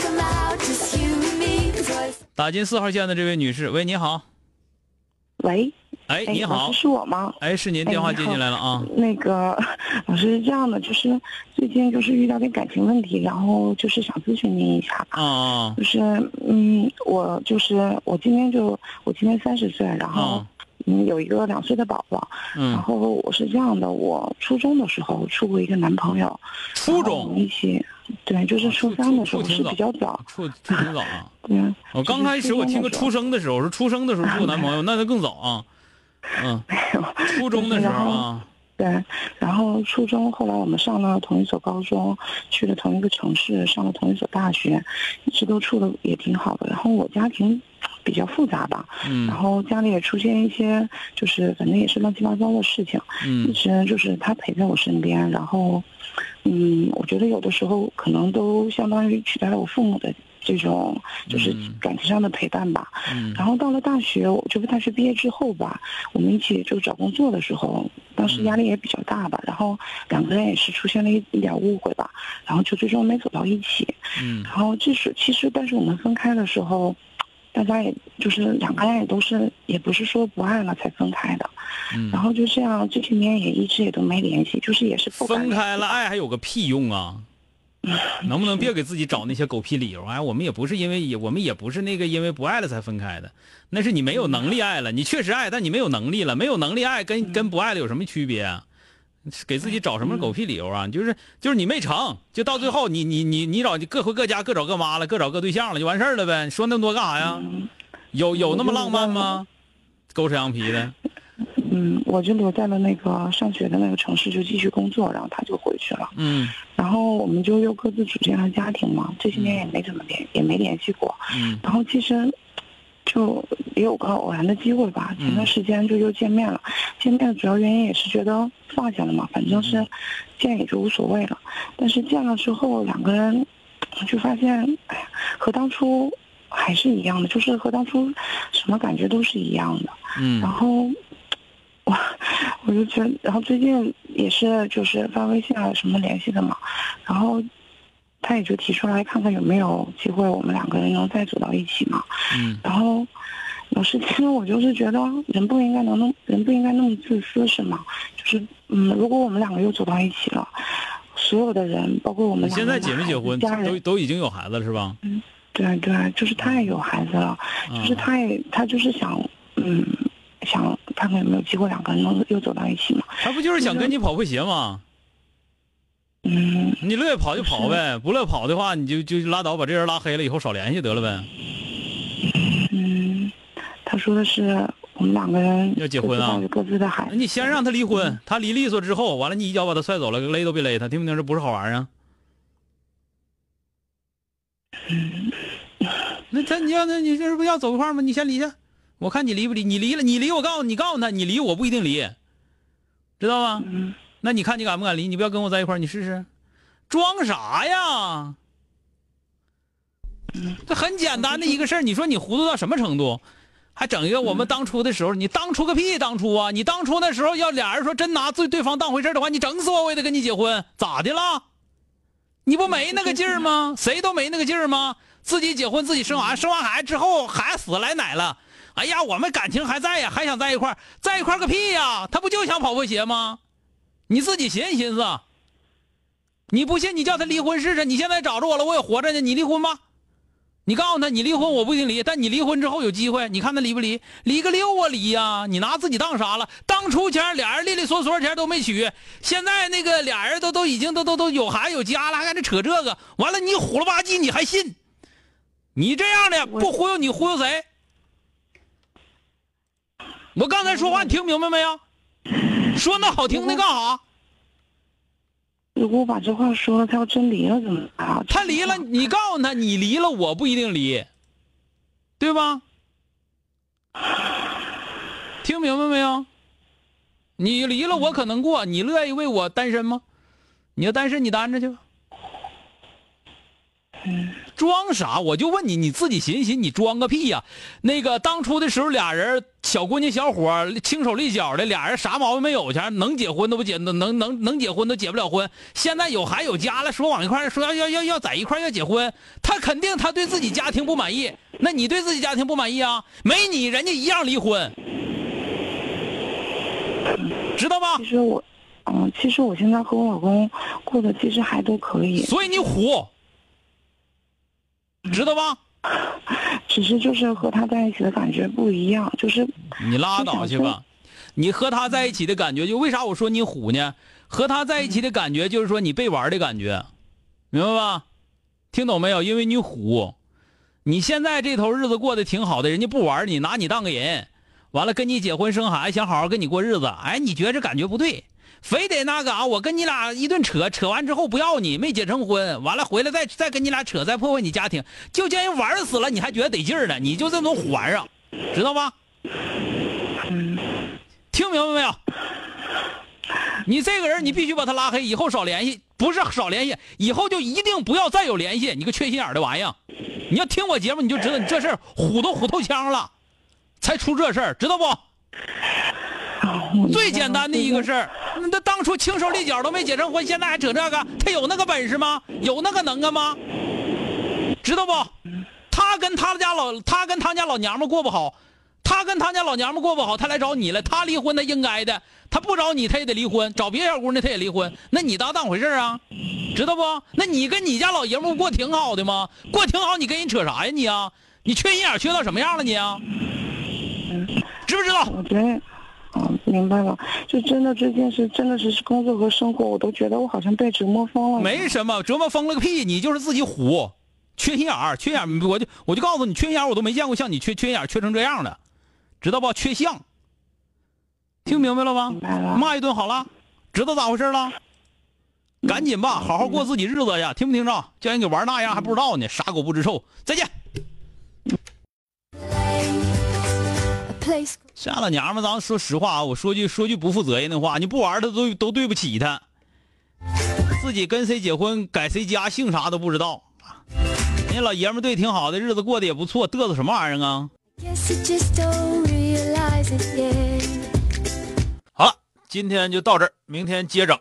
Come out, just you and me, 'cause what's 打进四号线的这位女士，喂，你好，喂，哎，哎，你好老师，是我吗？哎，是您哎电话你接进来了啊，那个老师是这样的，就是最近就是遇到点感情问题，然后就是想咨询您一下。啊啊就是嗯，我就是我今天就我今年三十岁，然后啊，嗯有一个两岁的宝宝，然嗯，后我是这样的，我初中的时候处过一个男朋友，初然后我们中，一起，对，就是啊初初三的时候初初是挺早比较早，处处挺早啊。对，我刚开始我听个出生的时候，我说出生的时候处男朋友，那就更早 啊。嗯，初中的时候啊，对，然后初中后来我们上了同一所高中，去了同一个城市，上了同一所大学，一直都处的也挺好的。然后我家庭比较复杂吧，嗯然后家里也出现一些就是反正也是乱七八糟的事情，一嗯直就是他陪在我身边，然后，嗯，我觉得有的时候可能都相当于取代了我父母的这种就是嗯感情上的陪伴吧。嗯然后到了大学，我就是大学毕业之后吧，我们一起就找工作的时候，当时压力也比较大吧，然后两个人也是出现了一一点误会吧，然后就最终没走到一起。嗯然后这是其实，但是我们分开的时候，大家也就是两个人也都是，也不是说不爱了才分开的。然嗯，后就这样，这些年也一直也都没联系，就是也是不敢分开了，爱还有个屁用 啊！能不能别给自己找那些狗屁理由？哎，我们也不是因为也我们也不是那个因为不爱了才分开的，那是你没有能力爱了，你确实爱，但你没有能力了，没有能力爱嗯跟跟不爱了有什么区别啊？给自己找什么狗屁理由啊？就是就是你没成就到最后你你你你找各回各家各找各妈了，各找各对象了就完事儿了呗？说那么多干啥呀？嗯有有那么浪漫吗？狗吃羊皮的，嗯，我就留在了那个上学的那个城市，就继续工作，然后他就回去了。嗯然后我们就又各自组建了家庭嘛，这些年也没怎么联，也没联系过。嗯然后其实就也有个偶然的机会吧，嗯前段时间就又见面了。见面的主要原因也是觉得放下了嘛，反正是见也就无所谓了。但是见了之后，两个人就发现，哎呀，和当初还是一样的，就是和当初什么感觉都是一样的。嗯然后我我就觉得，然后最近也是就是发微信啊什么联系的嘛，然后他也就提出来看看有没有机会我们两个人能再走到一起嘛。嗯然后老师，其实我就是觉得人不应该能弄，人不应该那么自私，是吗？就是嗯，如果我们两个又走到一起了，所有的人，包括我们你现在结没结婚？家人都都已经有孩子了是吧？对对，就是他也有孩子了，啊就是他也他就是想嗯。想看看有没有机会两个人能又走到一起嘛？他不就是想跟你跑破鞋吗？嗯，你乐意跑就跑呗，不乐意跑的话，你就就拉倒，把这人拉黑了，以后少联系得了呗。嗯，他说的是我们两个人要结婚啊各自带着各自的孩那子。你先让他离婚，他离利索之后，完了你一脚把他踹走了，勒都别勒他，听不听？这不是好玩意儿啊？那他你要那你这不要走一块儿吗？你先离下，我看你离不离？你离了，你离我告诉你，告诉他，你离我不一定离，知道吗？嗯那你看你敢不敢离？你不要跟我在一块儿，你试试，装啥呀？这很简单的一个事儿，你说你糊涂到什么程度？还整一个我们当初的时候，你当初个屁！当初啊，你当初那时候要俩人说真拿对对方当回事儿的话，你整死我我也得跟你结婚，咋的了？你不没那个劲儿吗？谁都没那个劲儿吗？自己结婚，自己生娃，生完孩子之后，孩子死来奶了，哎呀，我们感情还在呀，还想在一块儿，在一块儿个屁呀！他不就想跑破鞋吗？你自己寻思寻思，你不信你叫他离婚试试。你现在找着我了，我也活着呢，你离婚吧。你告诉他，你离婚我不一定离，但你离婚之后有机会，你看他离不离？离个六啊离呀、你拿自己当啥了？当初前俩人利利索索钱都没取，现在那个俩人都都已经都都都有孩有家了，还在这扯这个？完了，你虎了吧唧你还信？你这样的我不忽悠你忽悠谁？我刚才说话你听明白没有？说那好听的干啥？如果我把这话说了，他要真离了怎么办啊？他离了，你告诉他你离了，我不一定离，对吧？听明白没有？你离了我可能过，你乐意为我单身吗？你要单身，你单着去吧。装啥？我就问你，你自己寻思寻，你装个屁呀、那个当初的时候，俩人小姑娘小伙儿轻手利脚的，俩人啥毛病没有，前能结婚都不结，能能能能结婚都结不了婚。现在有孩有家了，说往一块儿说要要要要在一块儿要结婚，他肯定他对自己家庭不满意，那你对自己家庭不满意啊？没你人家一样离婚，知道吧其？实我，嗯，其实我现在和我老公过得其实还都可以，所以你虎，知道吧？只是就是和他在一起的感觉不一样，就是你拉倒去吧。你和他在一起的感觉，就为啥我说你虎呢？和他在一起的感觉就是说你被玩的感觉，明白吧？听懂没有？因为你虎，你现在这头日子过得挺好的，人家不玩你，拿你当个人，完了跟你结婚生孩子，想好好跟你过日子，哎，你觉得这感觉不对，非得那嘎、我跟你俩一顿扯，扯完之后不要你，没结成婚，完了回来再再跟你俩扯，再破坏你家庭，就叫人玩死了，你还觉得得劲儿呢？你就这种虎玩意儿，啊知道吧？听明白没有？你这个人，你必须把他拉黑，以后少联系，不是少联系，以后就一定不要再有联系。你个缺心眼儿的玩意儿！你要听我节目，你就知道你这事儿虎都虎透腔了，才出这事儿，知道不？啊，我最简单的一个是，事儿，那当初轻手利脚都没结成婚，现在还扯这个，他有那个本事吗？有那个能耐吗？知道不？他跟他家老，他跟他家老娘们过不好，他跟他家老娘们过不好，他来找你了，他离婚他应该的，他不找你他也得离婚，找别的小姑娘他也离婚，那你当当回事儿啊？知道不？那你跟你家老爷们儿过挺好的吗？过挺好，你跟人扯啥呀你啊？你缺心眼儿缺到什么样了你啊？知不知道？我觉得。啊，明白了，就真的这件事，真的是工作和生活，我都觉得我好像被折磨疯了。没什么，折磨疯了个屁！你就是自己虎，缺心眼儿，缺眼儿，我就我就告诉你，缺心眼儿我都没见过像你缺缺眼儿缺成这样的，知道不？缺相，听明白了吗明？白了骂一顿好了，知道咋回事了？赶紧吧，好好过自己日子去，听不听着？叫人给玩那样还不知道呢，傻狗不知臭！再见。 A place 这老娘们，咱说实话啊，我说句说句不负责任的话，你不玩儿他都都对不起他，自己跟谁结婚，改谁家，姓啥都不知道。啊人家老爷们儿对挺好的，日子过得也不错，嘚瑟什么玩意儿啊？ Guess you just don't realize it yet. 好了，今天就到这儿，明天接整。